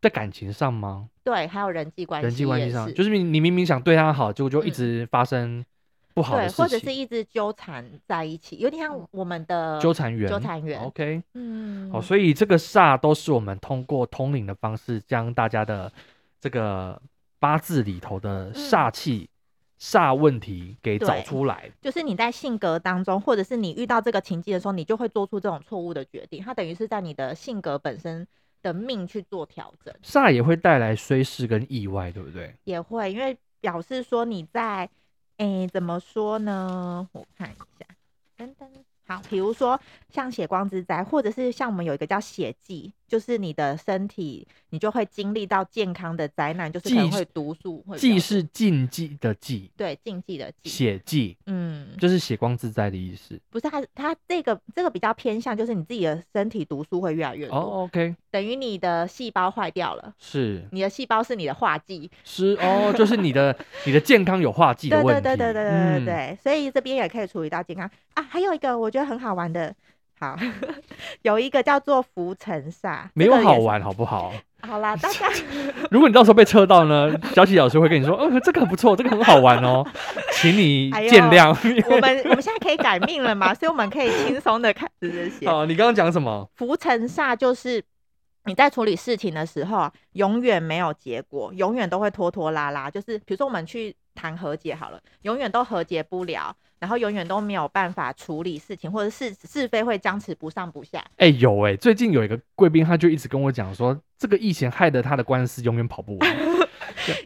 Speaker 2: 在感情上吗？
Speaker 3: 对，还有人际关系，
Speaker 2: 人际关系上，就是是你你明明想对他好，结果就一
Speaker 3: 嗯
Speaker 2: 直发生不好
Speaker 3: 对
Speaker 2: 的，事情，嗯
Speaker 3: 或者是一直纠缠在一起，有点像我们的
Speaker 2: 纠，缠员。
Speaker 3: 纠缠员
Speaker 2: OK，
Speaker 3: 嗯，
Speaker 2: 好，所以这个煞都是我们通过通灵的方式，将大家的这个八字里头的煞气、煞问题给找
Speaker 3: 嗯对
Speaker 2: 出来。
Speaker 3: 就是你在性格当中，或者是你遇到这个情境的时候，你就会做出这种错误的决定。它等于是在你的性格本身的命去做调整，
Speaker 2: 煞也会带来衰事跟意外，对不对？
Speaker 3: 也会因为表示说你在，诶、怎么说呢？我看一下，噔噔。好，比如说像血光之灾，或者是像我们有一个叫血迹，就是你的身体，你就会经历到健康的灾难，就是可能
Speaker 2: 忌
Speaker 3: 会毒素会比较
Speaker 2: 忌
Speaker 3: 多
Speaker 2: 是禁忌的忌，
Speaker 3: 对禁忌的忌，
Speaker 2: 血忌
Speaker 3: 嗯，
Speaker 2: 就是血光之灾的意思。
Speaker 3: 不是它它这个这个比较偏向就是你自己的身体毒素会越来越多，
Speaker 2: 哦，OK，
Speaker 3: 等于你的细胞坏掉了，
Speaker 2: 是
Speaker 3: 你的细胞是你的化剂。
Speaker 2: 是哦，就是你的你的健康有化忌的
Speaker 3: 对
Speaker 2: 问
Speaker 3: 对
Speaker 2: 题。
Speaker 3: 对对对对对
Speaker 2: 嗯
Speaker 3: 对，所以这边也可以处理到健康啊。还有一个我觉得很好玩的，好， 有一个叫做浮尘煞，
Speaker 2: 没
Speaker 3: 这
Speaker 2: 有
Speaker 3: 个也
Speaker 2: 好
Speaker 3: 是。
Speaker 2: 玩，好不好？
Speaker 3: 好啦，大 家
Speaker 2: 如果你到时候被车到呢，小启老师会跟你说，呃，这个很不错，这个很好玩哦，请你
Speaker 3: 哎呦
Speaker 2: 见谅。
Speaker 3: 我们我们现在可以改命了嘛，所以我们可以轻松的开始这 些。
Speaker 2: 好，你刚刚讲什么？
Speaker 3: 浮沉煞就是你在处理事情的时候啊，永远没有结果，永远都会拖拖拉拉。就是比如说我们去谈和解好了，永远都和解不了，然后永远都没有办法处理事情，或者是是非会僵持不上不下。，
Speaker 2: 哎、有哎、最近有一个贵宾，他就一直跟我讲说，这个疫情害得他的官司永远跑不完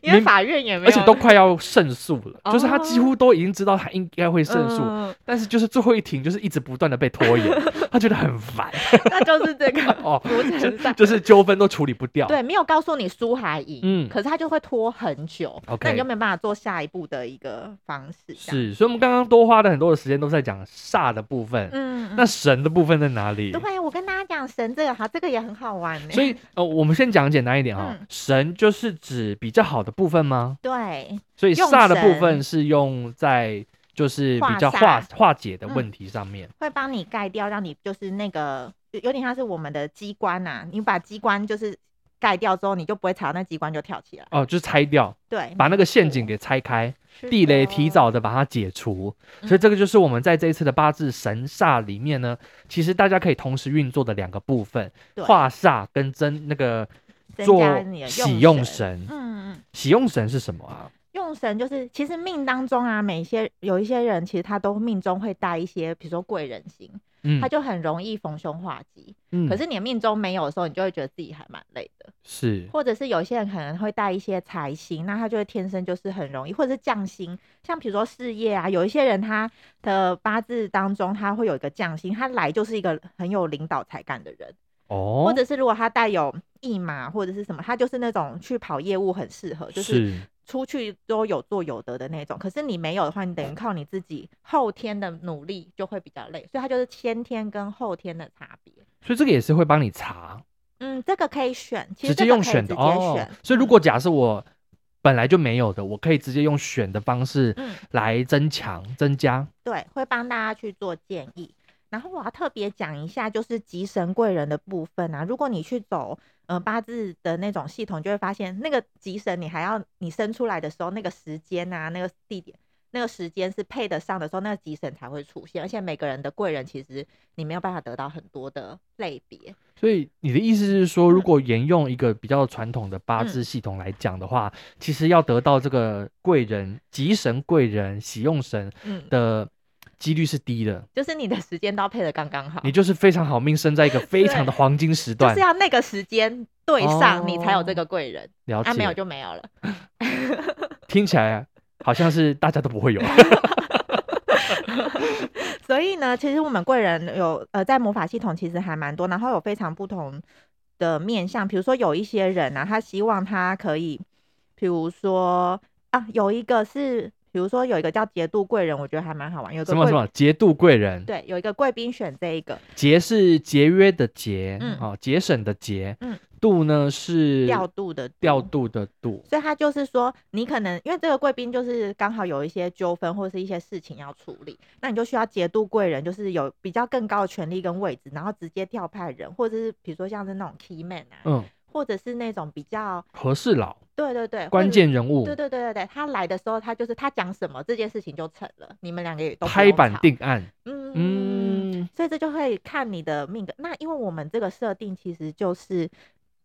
Speaker 3: 因为
Speaker 2: 明
Speaker 3: 法院也没有，
Speaker 2: 而且都快要胜诉了，
Speaker 3: 哦
Speaker 2: 就是他几乎都已经知道他应该会胜诉，
Speaker 3: 嗯
Speaker 2: 但是就是最后一庭就是一直不断的被拖 延，他觉得很烦
Speaker 3: 那就是这个
Speaker 2: 哦
Speaker 3: 浮沉煞。
Speaker 2: 就是纠纷都处理不掉。
Speaker 3: 对，没有告诉你输还赢，
Speaker 2: 嗯
Speaker 3: 可是他就会拖很久
Speaker 2: OK
Speaker 3: 那你就没办法做下一步的一个方式。这样，
Speaker 2: 是，所以我们刚刚多花了很多的时间都在讲煞的部分，
Speaker 3: 嗯，
Speaker 2: 那神的部分在哪里？
Speaker 3: 对，我跟大家讲神这个哈，这个也很好玩呢。
Speaker 2: 所以呃，我们先讲简单一点哈、
Speaker 3: 嗯
Speaker 2: 神就是指比较好的部分吗？
Speaker 3: 对，
Speaker 2: 所以
Speaker 3: 用
Speaker 2: 煞的部
Speaker 3: 神
Speaker 2: 分是用在就是比
Speaker 3: 化
Speaker 2: 较
Speaker 3: 煞
Speaker 2: 化化解的
Speaker 3: 嗯
Speaker 2: 问题上面。
Speaker 3: 会帮你盖掉，让你就是那个有有点像是我们的机关呐、你把机关就是盖掉之后，你就不会踩到那机关就跳起来。
Speaker 2: 哦，就是拆掉，
Speaker 3: 对，
Speaker 2: 把那个陷阱给拆开，
Speaker 3: 是
Speaker 2: 地雷
Speaker 3: 的
Speaker 2: 提早的把它解除。
Speaker 3: 嗯
Speaker 2: 所以这个就是我们在这一次的八字神煞里面呢，其实大家可以同时运作的两个部分，
Speaker 3: 对
Speaker 2: 化煞跟真那个
Speaker 3: 增
Speaker 2: 做
Speaker 3: 加你的
Speaker 2: 喜
Speaker 3: 用
Speaker 2: 用神。
Speaker 3: 嗯嗯，
Speaker 2: 喜用神是什么啊？
Speaker 3: 用神就是其实命当中啊，每一些有一些人其实他都命中会带一些，比如说贵人星，
Speaker 2: 嗯
Speaker 3: 他，就很容易逢凶化吉。
Speaker 2: 嗯
Speaker 3: 可是你的命中没有的时候，你就会觉得自己还蛮累的。
Speaker 2: 是
Speaker 3: 或者是有些人可能会带一些财星，那他就会天生就是很容易，或者是降星，像比如说事业啊，有一些人他的八字当中他会有一个降星，他来就是一个很有领导才干的人，
Speaker 2: 哦，
Speaker 3: 或者是如果他带有驿马或者是什么，他就是那种去跑业务很适合，就是
Speaker 2: 是
Speaker 3: 出去都有做有得的那种。可是你没有的话，你等于靠你自己后天的努力就会比较累，所以他就是先天跟后天的差别。
Speaker 2: 所以这个也是会帮你查，
Speaker 3: 嗯，这个可以选，其
Speaker 2: 直
Speaker 3: 实这
Speaker 2: 接
Speaker 3: 个可
Speaker 2: 用
Speaker 3: 以
Speaker 2: 选
Speaker 3: 直
Speaker 2: 的
Speaker 3: 接
Speaker 2: 哦
Speaker 3: 选。
Speaker 2: 所以如
Speaker 3: 嗯
Speaker 2: 果假设我本来就没有的，我可以直接用选的方式
Speaker 3: 嗯
Speaker 2: 来增强、增加。
Speaker 3: 对，会帮大家去做建议。然后我要特别讲一下，就是吉神贵人的部分啊。如果你去走呃八字的那种系统，就会发现那个吉神，你还要你生出来的时候，那个时间啊，那个地点，那个时间是配得上的时候，那个吉神才会出现。而且每个人的贵人，其实你没有办法得到很多的类别。
Speaker 2: 所以你的意思是说，如
Speaker 3: 嗯
Speaker 2: 果沿用一个比较传统的八字系统来讲的话，其实要得到这个贵人、吉神贵人、喜用神
Speaker 3: 嗯，
Speaker 2: 的几率是低的，
Speaker 3: 就是你的时间都要配得刚刚好，
Speaker 2: 你就是非常好命，生在一个非常的
Speaker 3: 对
Speaker 2: 黄金时
Speaker 3: 就
Speaker 2: 段
Speaker 3: 是。要那个时间对上，你才有这
Speaker 2: 哦
Speaker 3: 个贵人。
Speaker 2: 了
Speaker 3: 啊，没有
Speaker 2: 解，
Speaker 3: 就没有了。
Speaker 2: 听起来好像是大家都不会 有。啊
Speaker 3: 所以呢，其实我们贵人有呃，在魔法系统其实还蛮多，然后有非常不同的面向。比如说有一些人啊，他希望他可以，比如说啊，有一个是，比如说有一个叫节度贵人，我觉得还蛮好玩。有个
Speaker 2: 什么
Speaker 3: 贵
Speaker 2: 什么节度贵人，
Speaker 3: 对，有一个贵宾选这一个
Speaker 2: 节是节约的节，
Speaker 3: 嗯
Speaker 2: 哦，节省的节，
Speaker 3: 嗯
Speaker 2: 度呢是
Speaker 3: 调度的
Speaker 2: 调度的度，
Speaker 3: 所以他就是说，你可能因为这个贵宾就是刚好有一些纠纷或是一些事情要处理，那你就需要节度贵人，就是有比较更高的权力跟位置，然后直接调派人，或者是比如说像是那种 key man 啊，
Speaker 2: 嗯，
Speaker 3: 或者是那种比较
Speaker 2: 和事佬，
Speaker 3: 对对对
Speaker 2: 关，键人
Speaker 3: 或
Speaker 2: 物
Speaker 3: 呃者对，对对对对，他来的时候他就是他讲什么这件事情就成了，你们两个也都不
Speaker 2: 拍
Speaker 3: 用
Speaker 2: 板
Speaker 3: 吵，
Speaker 2: 定案，
Speaker 3: 嗯嗯
Speaker 2: 嗯，
Speaker 3: 所以这就会看你的命格。那因为我们这个设定其实就是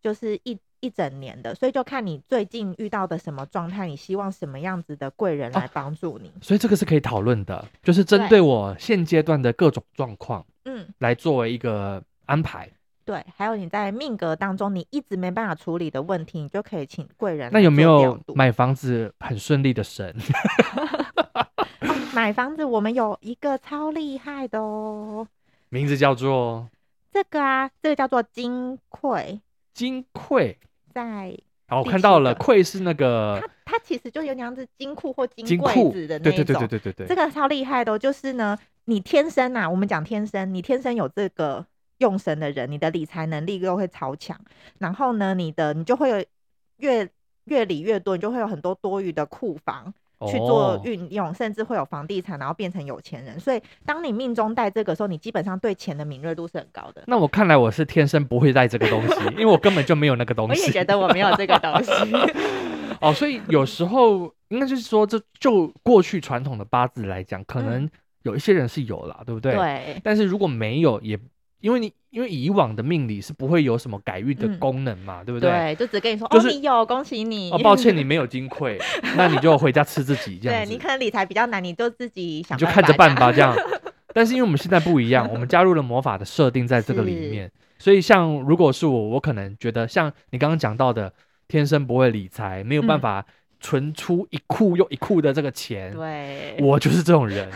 Speaker 3: 就是一一整年的，所以就看你最近遇到的什么状态，你希望什么样子的贵
Speaker 2: 哦
Speaker 3: 人来帮助你。
Speaker 2: 所以这个是可以讨论的，就是针对我现阶段的各种状况
Speaker 3: 嗯，
Speaker 2: 来作为一个安排。
Speaker 3: 对。还有你在命格当中你一直没办法处理的问题，你就可以请贵人来
Speaker 2: 那有没
Speaker 3: 做调
Speaker 2: 有
Speaker 3: 度
Speaker 2: 买房子很顺利的 神？
Speaker 3: 买房子？我们有一个超厉害的哦，
Speaker 2: 名字叫做
Speaker 3: 这个啊，这个叫做金匮，
Speaker 2: 金匮。
Speaker 3: 在
Speaker 2: 好，我
Speaker 3: 第
Speaker 2: 看
Speaker 3: 七
Speaker 2: 到了，
Speaker 3: 个
Speaker 2: 匮是那个
Speaker 3: 它它其实就有点像是金库或金
Speaker 2: 呃金
Speaker 3: 柜
Speaker 2: 库，对
Speaker 3: 子的
Speaker 2: 对
Speaker 3: 那一
Speaker 2: 对对
Speaker 3: 种。
Speaker 2: 对对
Speaker 3: 这
Speaker 2: 对，
Speaker 3: 个超厉害的、哦，就是呢，你天生啊，我们讲天生，你天生有这个用神的人，你的理财能力又会超强，然后呢，你的你就会有越越理越多，你就会有很多多余的库房去做
Speaker 2: 哦
Speaker 3: 运用，甚至会有房地产，然后变成有钱人。所以，当你命中带这个时候，你基本上对钱的敏锐度是很高的。
Speaker 2: 那我看来我是天生不会带这个东西，因为我根本就没有那个东
Speaker 3: 我
Speaker 2: 西。
Speaker 3: 也觉得我没有这个东西，
Speaker 2: 哦，所以有时候应该就是说，这就过去传统的八字来讲，可
Speaker 3: 嗯
Speaker 2: 能有一些人是有啦，对不 对？。
Speaker 3: 对，
Speaker 2: 但是如果没有，也因为你因为以往的命理是不会有什么改运的
Speaker 3: 嗯
Speaker 2: 功能嘛，对不？
Speaker 3: 对，就只跟你说，
Speaker 2: 就是
Speaker 3: 哦，你有，恭喜你。
Speaker 2: 哦，抱 歉，你没有金匮，那你就回家吃自己这样
Speaker 3: 对
Speaker 2: 子，
Speaker 3: 你可能理财比较难，你就自己想
Speaker 2: 你就
Speaker 3: 办
Speaker 2: 看着
Speaker 3: 法
Speaker 2: 办
Speaker 3: 这
Speaker 2: 吧
Speaker 3: 样
Speaker 2: 这样。 但是因为我们现在不一样，我们加入了魔法的设定在这个里
Speaker 3: 是
Speaker 2: 面，所以像如果是我，我可能觉得像你刚刚讲到的，天生不会理财，没有办
Speaker 3: 嗯
Speaker 2: 法存出一库又一库的这个钱，
Speaker 3: 对，
Speaker 2: 我就是这种 人，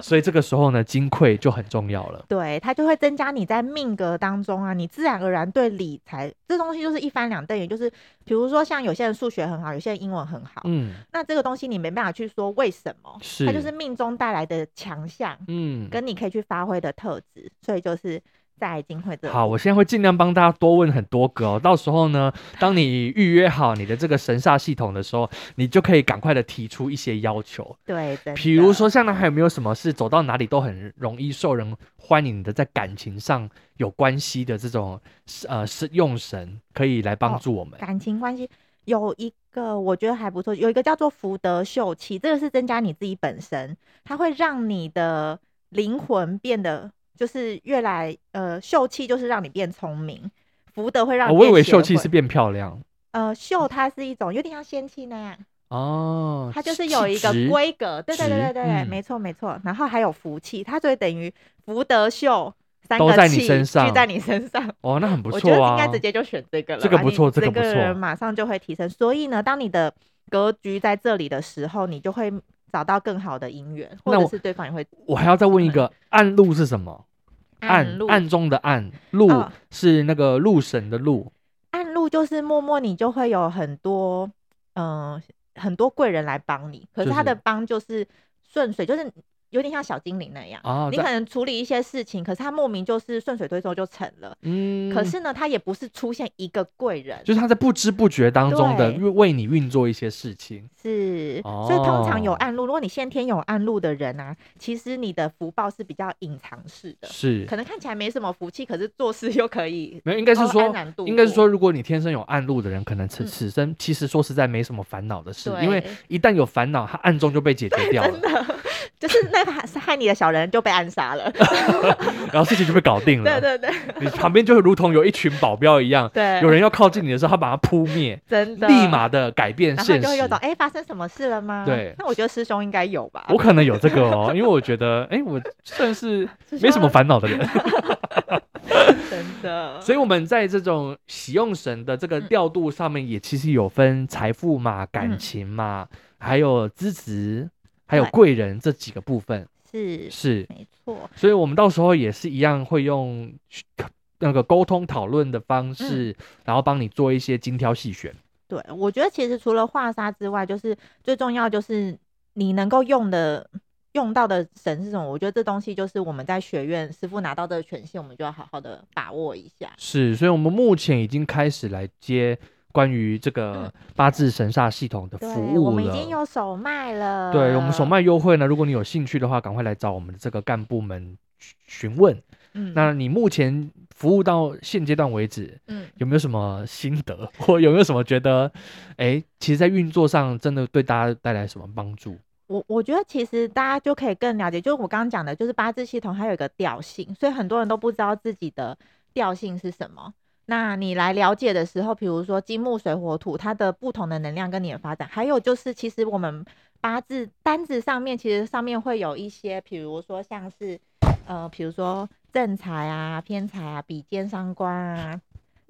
Speaker 2: 所以这个时候呢，金匮就很重要了。
Speaker 3: 对，它就会增加你在命格当中啊，你自然而然对理财这东西就是一翻两瞪眼，就是比如说像有些人数学很好，有些人英文很好，
Speaker 2: 嗯
Speaker 3: 那这个东西你没办法去说为什么，它就是是命中带来的强项，
Speaker 2: 嗯，
Speaker 3: 跟你可以去发挥的特质，所以就是在金会这个
Speaker 2: 好，
Speaker 3: 部
Speaker 2: 我现在会尽量帮大家多问很多个哦。到时候呢，当你预约好你的这个神煞系统的时候，你就可以赶快的提出一些要求，
Speaker 3: 对，真
Speaker 2: 比如
Speaker 3: 的
Speaker 2: 说像呢，还有没有什么是走到哪里都很容易受人欢迎的，在感情上有关系的这种呃是用神可以来帮
Speaker 3: 哦
Speaker 2: 助我们。
Speaker 3: 感情关系有一个我觉得还不错，有一个叫做福德秀气，这个是增加你自己本身，它会让你的灵魂变得就是越来呃秀气，就是让你变聪明，福德会让
Speaker 2: 哦
Speaker 3: 你
Speaker 2: 我以
Speaker 3: 变
Speaker 2: 为
Speaker 3: 贤
Speaker 2: 秀气
Speaker 3: 惠
Speaker 2: 是变漂亮
Speaker 3: 呃秀，它是一种有点像仙气那样，
Speaker 2: 哦，
Speaker 3: 它就是
Speaker 2: 气
Speaker 3: 有一个
Speaker 2: 质
Speaker 3: 规格，对对对
Speaker 2: 值
Speaker 3: 对对，对
Speaker 2: 嗯
Speaker 3: 没错没错。然后还有福气，它就会等于福德秀三
Speaker 2: 都
Speaker 3: 个
Speaker 2: 在你
Speaker 3: 气
Speaker 2: 身上
Speaker 3: 聚在你身上。
Speaker 2: 哦，那很不
Speaker 3: 我觉得
Speaker 2: 错啊。
Speaker 3: 应该直接就选这个了吧。啊
Speaker 2: 这个不错
Speaker 3: 你
Speaker 2: 这个
Speaker 3: 整
Speaker 2: 不
Speaker 3: 个
Speaker 2: 错
Speaker 3: 人马上就会提升。所以呢，当你的格局在这里的时候，你就会找到更好的姻缘，或
Speaker 2: 那
Speaker 3: 者
Speaker 2: 我
Speaker 3: 是对方也会嗯
Speaker 2: 我还要再问一个，暗路是什么？暗
Speaker 3: 暗路。
Speaker 2: 暗中的暗，路
Speaker 3: 哦
Speaker 2: 是那个路神的路。
Speaker 3: 暗路就是默默，你就会有很多嗯、呃很多贵人来帮你，可是
Speaker 2: 就是
Speaker 3: 他的帮就是顺水，就是有点像小精灵那样。
Speaker 2: 啊，
Speaker 3: 你
Speaker 2: 在
Speaker 3: 可能处理一些事情，可是他莫名就是顺水推舟就成了。
Speaker 2: 嗯，
Speaker 3: 可是呢，他也不是出现一个贵人，
Speaker 2: 就是他在不知不觉当中的
Speaker 3: 对
Speaker 2: 为为你运作一些事情，
Speaker 3: 是，所以通常有
Speaker 2: 哦
Speaker 3: 暗路，如果你先天有暗路的人啊，其实你的福报是比较隐藏式的，
Speaker 2: 是
Speaker 3: 可能看起来没什么福气，可是做事又可以。
Speaker 2: 没有应该是
Speaker 3: 哦
Speaker 2: 说
Speaker 3: 安然度
Speaker 2: 应该是
Speaker 3: 过
Speaker 2: 说，如果你天生有暗路的人，可能此
Speaker 3: 嗯
Speaker 2: 此生其实说实在没什么烦恼的事，
Speaker 3: 对
Speaker 2: 因为一旦有烦恼，他暗中就被解决掉
Speaker 3: 真
Speaker 2: 了，
Speaker 3: 的，就是 那个害害你的小人就被暗杀了。
Speaker 2: 嗯然后事情就被搞定
Speaker 3: 对
Speaker 2: 了。
Speaker 3: 对对
Speaker 2: 你旁边就如同有一群保镖一样，
Speaker 3: 对，
Speaker 2: 有人要靠近你的时候，他把它扑灭，
Speaker 3: 真的
Speaker 2: 立，马的改变
Speaker 3: 然后
Speaker 2: 现
Speaker 3: 就会有
Speaker 2: 实
Speaker 3: 种。哎、发生什么事了吗？
Speaker 2: 对
Speaker 3: 那我觉得师兄应该有吧。
Speaker 2: 我可能有这个哦，因为我觉得，哎，我算 是
Speaker 3: 师
Speaker 2: 没什么
Speaker 3: 兄
Speaker 2: 烦恼的人，
Speaker 3: 真的，
Speaker 2: 所
Speaker 3: 以
Speaker 2: 以我们在这种喜用神的这个
Speaker 3: 嗯
Speaker 2: 调度上面，也其实有分财富嘛、感
Speaker 3: 嗯
Speaker 2: 情嘛，还有资质，还有
Speaker 3: 对
Speaker 2: 贵人这几个部分。
Speaker 3: 是
Speaker 2: 是，
Speaker 3: 没错，
Speaker 2: 所以我们到时候也是一样会用那个沟通讨论的方式，
Speaker 3: 嗯
Speaker 2: 然后帮你做一些精挑细选。
Speaker 3: 对，我觉得其实除了画沙之外，就是最重要就是你能够用的用到的神是什么？我觉得这东西就是我们在学院师傅拿到的权限，我们就要好好的把握一下。
Speaker 2: 是，所以我们目前已经开始来接关于这个八字神煞系统的
Speaker 3: 嗯对
Speaker 2: 服，务了。
Speaker 3: 我们已经有手卖了。
Speaker 2: 对我们首，卖优惠呢，如果你有兴趣的话，赶快来找我们的这个干部们询询问。
Speaker 3: 嗯，
Speaker 2: 那你目前服务到现阶段为止，
Speaker 3: 嗯，
Speaker 2: 有没有什么心得， 或有没有什么觉得，哎，其实，在运作上真的对大家带来什么帮助？
Speaker 3: 我我觉得其实大家就可以更了解，就是我刚刚讲的，就是八字系统它有一个调性，所以很多人都不知道自己的调性是什么。那你来了解的时候，比如说金木水火土，它的不同的能量跟你的发展，还有就是其实我们八字单子上面，其实上面会有一些，比如说像是呃，比如说正财啊、偏财啊、比肩伤官啊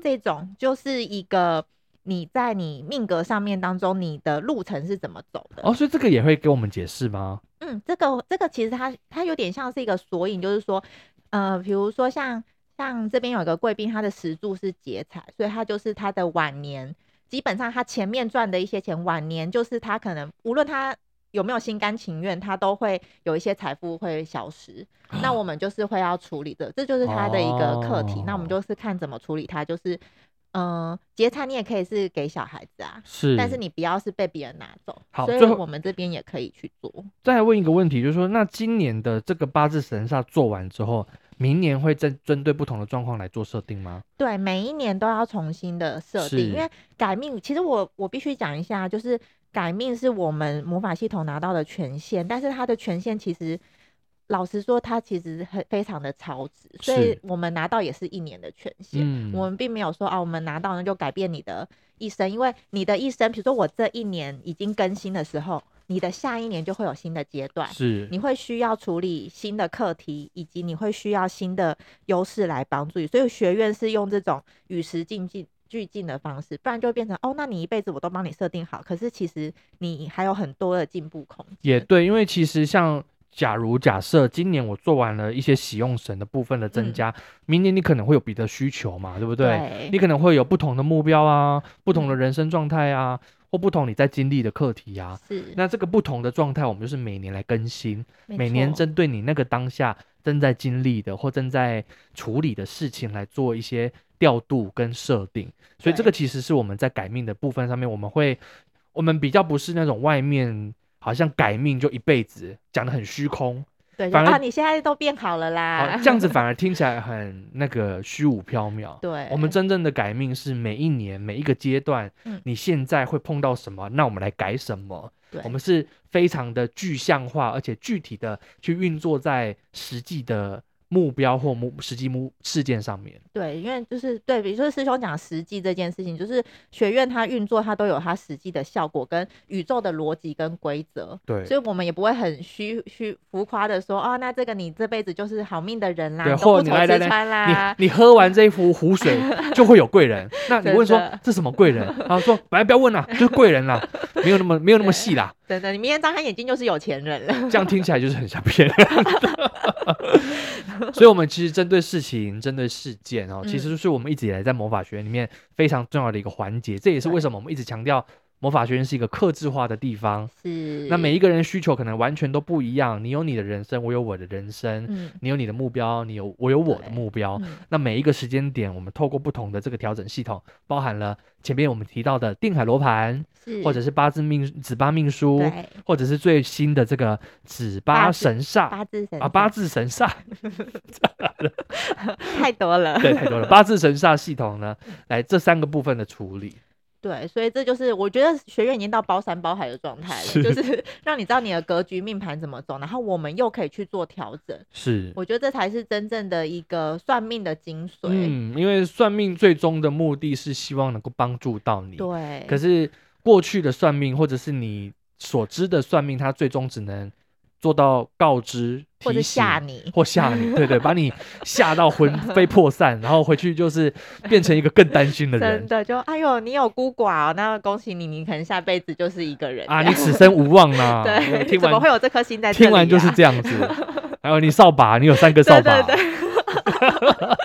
Speaker 3: 这种，就是一个你在你命格上面当中，你的路程是怎么走的。
Speaker 2: 哦，所以这个也会给我们解释吗？
Speaker 3: 嗯，这个这个其实它它有点像是一个索引，就是说，呃，比如说像像这边有一个贵宾，他的石柱是劫财，所以他就是他的晚年，基本上他前面赚的一些钱，晚年就是他可能无论他有没有心甘情愿，他都会有一些财富会消失。
Speaker 2: 啊
Speaker 3: 那我们就是会要处理的，这就是他的一个课题。那我们
Speaker 2: 哦
Speaker 3: 就是看怎么处理它，就是嗯、呃劫财你也可以是给小孩子啊。
Speaker 2: 是，
Speaker 3: 但是你不要是被别人拿走，
Speaker 2: 好
Speaker 3: 所以
Speaker 2: 最后
Speaker 3: 我们这边也可以去做。
Speaker 2: 再来问一个问题，就是说，那今年的这个八字神煞做完之后，明年会针针对不同的状况来做设定吗？
Speaker 3: 对，每一年都要重新的设定，因
Speaker 2: 是
Speaker 3: 为改命，其实我我必须讲一下，就是改命是我们魔法系统拿到的权限，但是它的权限其实，老实说，它其实很非常的超值，所以
Speaker 2: 是
Speaker 3: 我们拿到也是一年的权限，
Speaker 2: 嗯，
Speaker 3: 我们并没有说啊，我们拿到那就改变你的一生，因为你的一生，比如说我这一年已经更新的时候，你的下一年就会有新的阶段，
Speaker 2: 是
Speaker 3: 你会需要处理新的课题，以及你会需要新的优势来帮助你。所以学院是用这种与时进进俱进的方式，不然就会变成哦，那你一辈子我都帮你设定好，可是其实你还有很多的进步空间。
Speaker 2: 也对，因为其实像假如假设今年我做完了一些喜用神的部分的增
Speaker 3: 嗯
Speaker 2: 加，明年你可能会有别的需求嘛，对不对？
Speaker 3: 对
Speaker 2: 你可能会有不同的目标啊，不同
Speaker 3: 嗯
Speaker 2: 的人生状态啊，或不同你在经历的课题啊。
Speaker 3: 是
Speaker 2: 那这个不同的状态，我们就是每年来更新，
Speaker 3: 没
Speaker 2: 每年
Speaker 3: 错
Speaker 2: 针对你那个当下正在经历的或正在处理的事情来做一些调度跟设定。所以这
Speaker 3: 对
Speaker 2: 个其实是我们在改命的部分上面，我们会我们比较不是那种外面好像改命就一辈子讲的很虚空，
Speaker 3: 对，就
Speaker 2: 反而
Speaker 3: 啊，你现在都变好了
Speaker 2: 好
Speaker 3: 啦，
Speaker 2: 哦这样子反而听起来很那个虚无缥缈。
Speaker 3: 对，
Speaker 2: 我们真正的改命是每一年每一个阶段，
Speaker 3: 嗯
Speaker 2: 你现在会碰到什么，那我们来改什么。
Speaker 3: 对
Speaker 2: 我们是非常的具象化，而且具体的去运作在实际的目标或目实际目事件上面。
Speaker 3: 对，因为就是对，比如说师兄讲实际这件事情，就是学院它运作，它都有它实际的效果跟宇宙的逻辑跟规则，
Speaker 2: 对
Speaker 3: 所以我们也不会很虚虚浮夸的说，哦，那这个你这辈子就是好命的人啦，
Speaker 2: 对
Speaker 3: 你
Speaker 2: 或
Speaker 3: 都不
Speaker 2: 你
Speaker 3: 愁
Speaker 2: 来来
Speaker 3: 吃
Speaker 2: 来
Speaker 3: 穿啦，
Speaker 2: 你你喝完这一壶湖 水就会有贵人。那你问说
Speaker 3: 啊真的
Speaker 2: 这什么贵 人？然后说本来不要问啦，就是贵人啦，没有那么没有那么细啦。
Speaker 3: 等等，你明天张开眼睛就是有钱人 了，
Speaker 2: 这样听起来就是很像骗人的。 所以，我们其实针对事情、针对事件哦，
Speaker 3: 嗯
Speaker 2: 其实就是我们一直以来在魔法学院里面非常重要的一个环节。这也是为什么我们一直强调魔法学院是一个克制化的地方。
Speaker 3: 是，
Speaker 2: 那每一个人需求可能完全都不一样，你有你的人生，我有我的人生，
Speaker 3: 嗯
Speaker 2: 你有你的目标，你有我有我的
Speaker 3: 对
Speaker 2: 目标。
Speaker 3: 嗯
Speaker 2: 那每一个时间点，我们透过不同的这个调整系统，包含了前面我们提到的定海罗盘，
Speaker 3: 是
Speaker 2: 或者是八字命、紫八命书，
Speaker 3: 对
Speaker 2: 或者是最新的这个紫八
Speaker 3: 八字
Speaker 2: 神煞
Speaker 3: 八字神
Speaker 2: 啊，八
Speaker 3: 字
Speaker 2: 字神 煞，
Speaker 3: 太多了，
Speaker 2: 对，太多了，八字神煞系统呢，来这三个部分的处理，
Speaker 3: 对，所以这就是我觉得学院已经到包山包海的状态了，
Speaker 2: 是
Speaker 3: 就是 让你知道你的格局命盘怎么走，然后我们又可以去做调整。
Speaker 2: 是。
Speaker 3: 我觉得这才是真正的一个算命的精髓。
Speaker 2: 嗯，因为算命最终的目的是希望能够帮助到你，
Speaker 3: 对，
Speaker 2: 可是过去的算命或者是你所知的算命，它最终只能做到告知、
Speaker 3: 或者
Speaker 2: 提醒
Speaker 3: 吓你，
Speaker 2: 或吓你，对对，把你吓到 魂飞魄散，然后回去就是变成一个更担心的人
Speaker 3: 真。的就哎呦，你有孤寡、哦，那恭喜你，你可能下辈子就是一个人
Speaker 2: 啊，
Speaker 3: 这
Speaker 2: 你
Speaker 3: 样
Speaker 2: 此生无望啊！
Speaker 3: 对，
Speaker 2: 听
Speaker 3: 怎么
Speaker 2: 完
Speaker 3: 会有这颗心在这里、啊？
Speaker 2: 听完就是这 样子。还有你扫把，你有三个扫把。
Speaker 3: 对对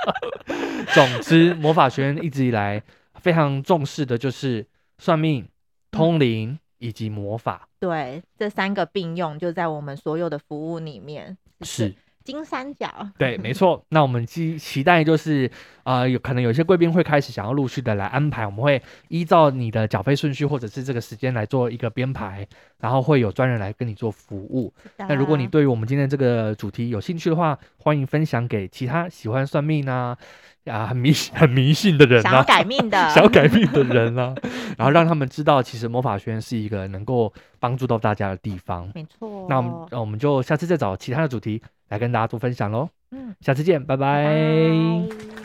Speaker 2: 总之，魔法学院一直以来非常重视的就是算命、
Speaker 3: 嗯
Speaker 2: 通灵以及魔法。
Speaker 3: 对，这三个并用就在我们所有的服务里面，
Speaker 2: 是
Speaker 3: 金三角。
Speaker 2: 对，没 错。那我们期期待就是，啊，有可能有些贵宾会开始想要陆续的来安排，我们会依照你的缴费顺序或者是这个时间来做一个编排，然后会有专人来跟你做服务。那如果你对于我们今天这个主题有兴趣的话，欢迎分享给其他喜欢算命啊、啊很迷很迷信的人
Speaker 3: 想要
Speaker 2: 啊、
Speaker 3: 改命的，
Speaker 2: 想要改命的人 啊，然后让他们知道，其实魔法学院是一个能够帮助到大家的地方。
Speaker 3: 没错。
Speaker 2: 那我们那我们就下次再找其他的主题来跟大家做分享喽，
Speaker 3: 嗯，
Speaker 2: 下次见，拜拜
Speaker 3: 拜拜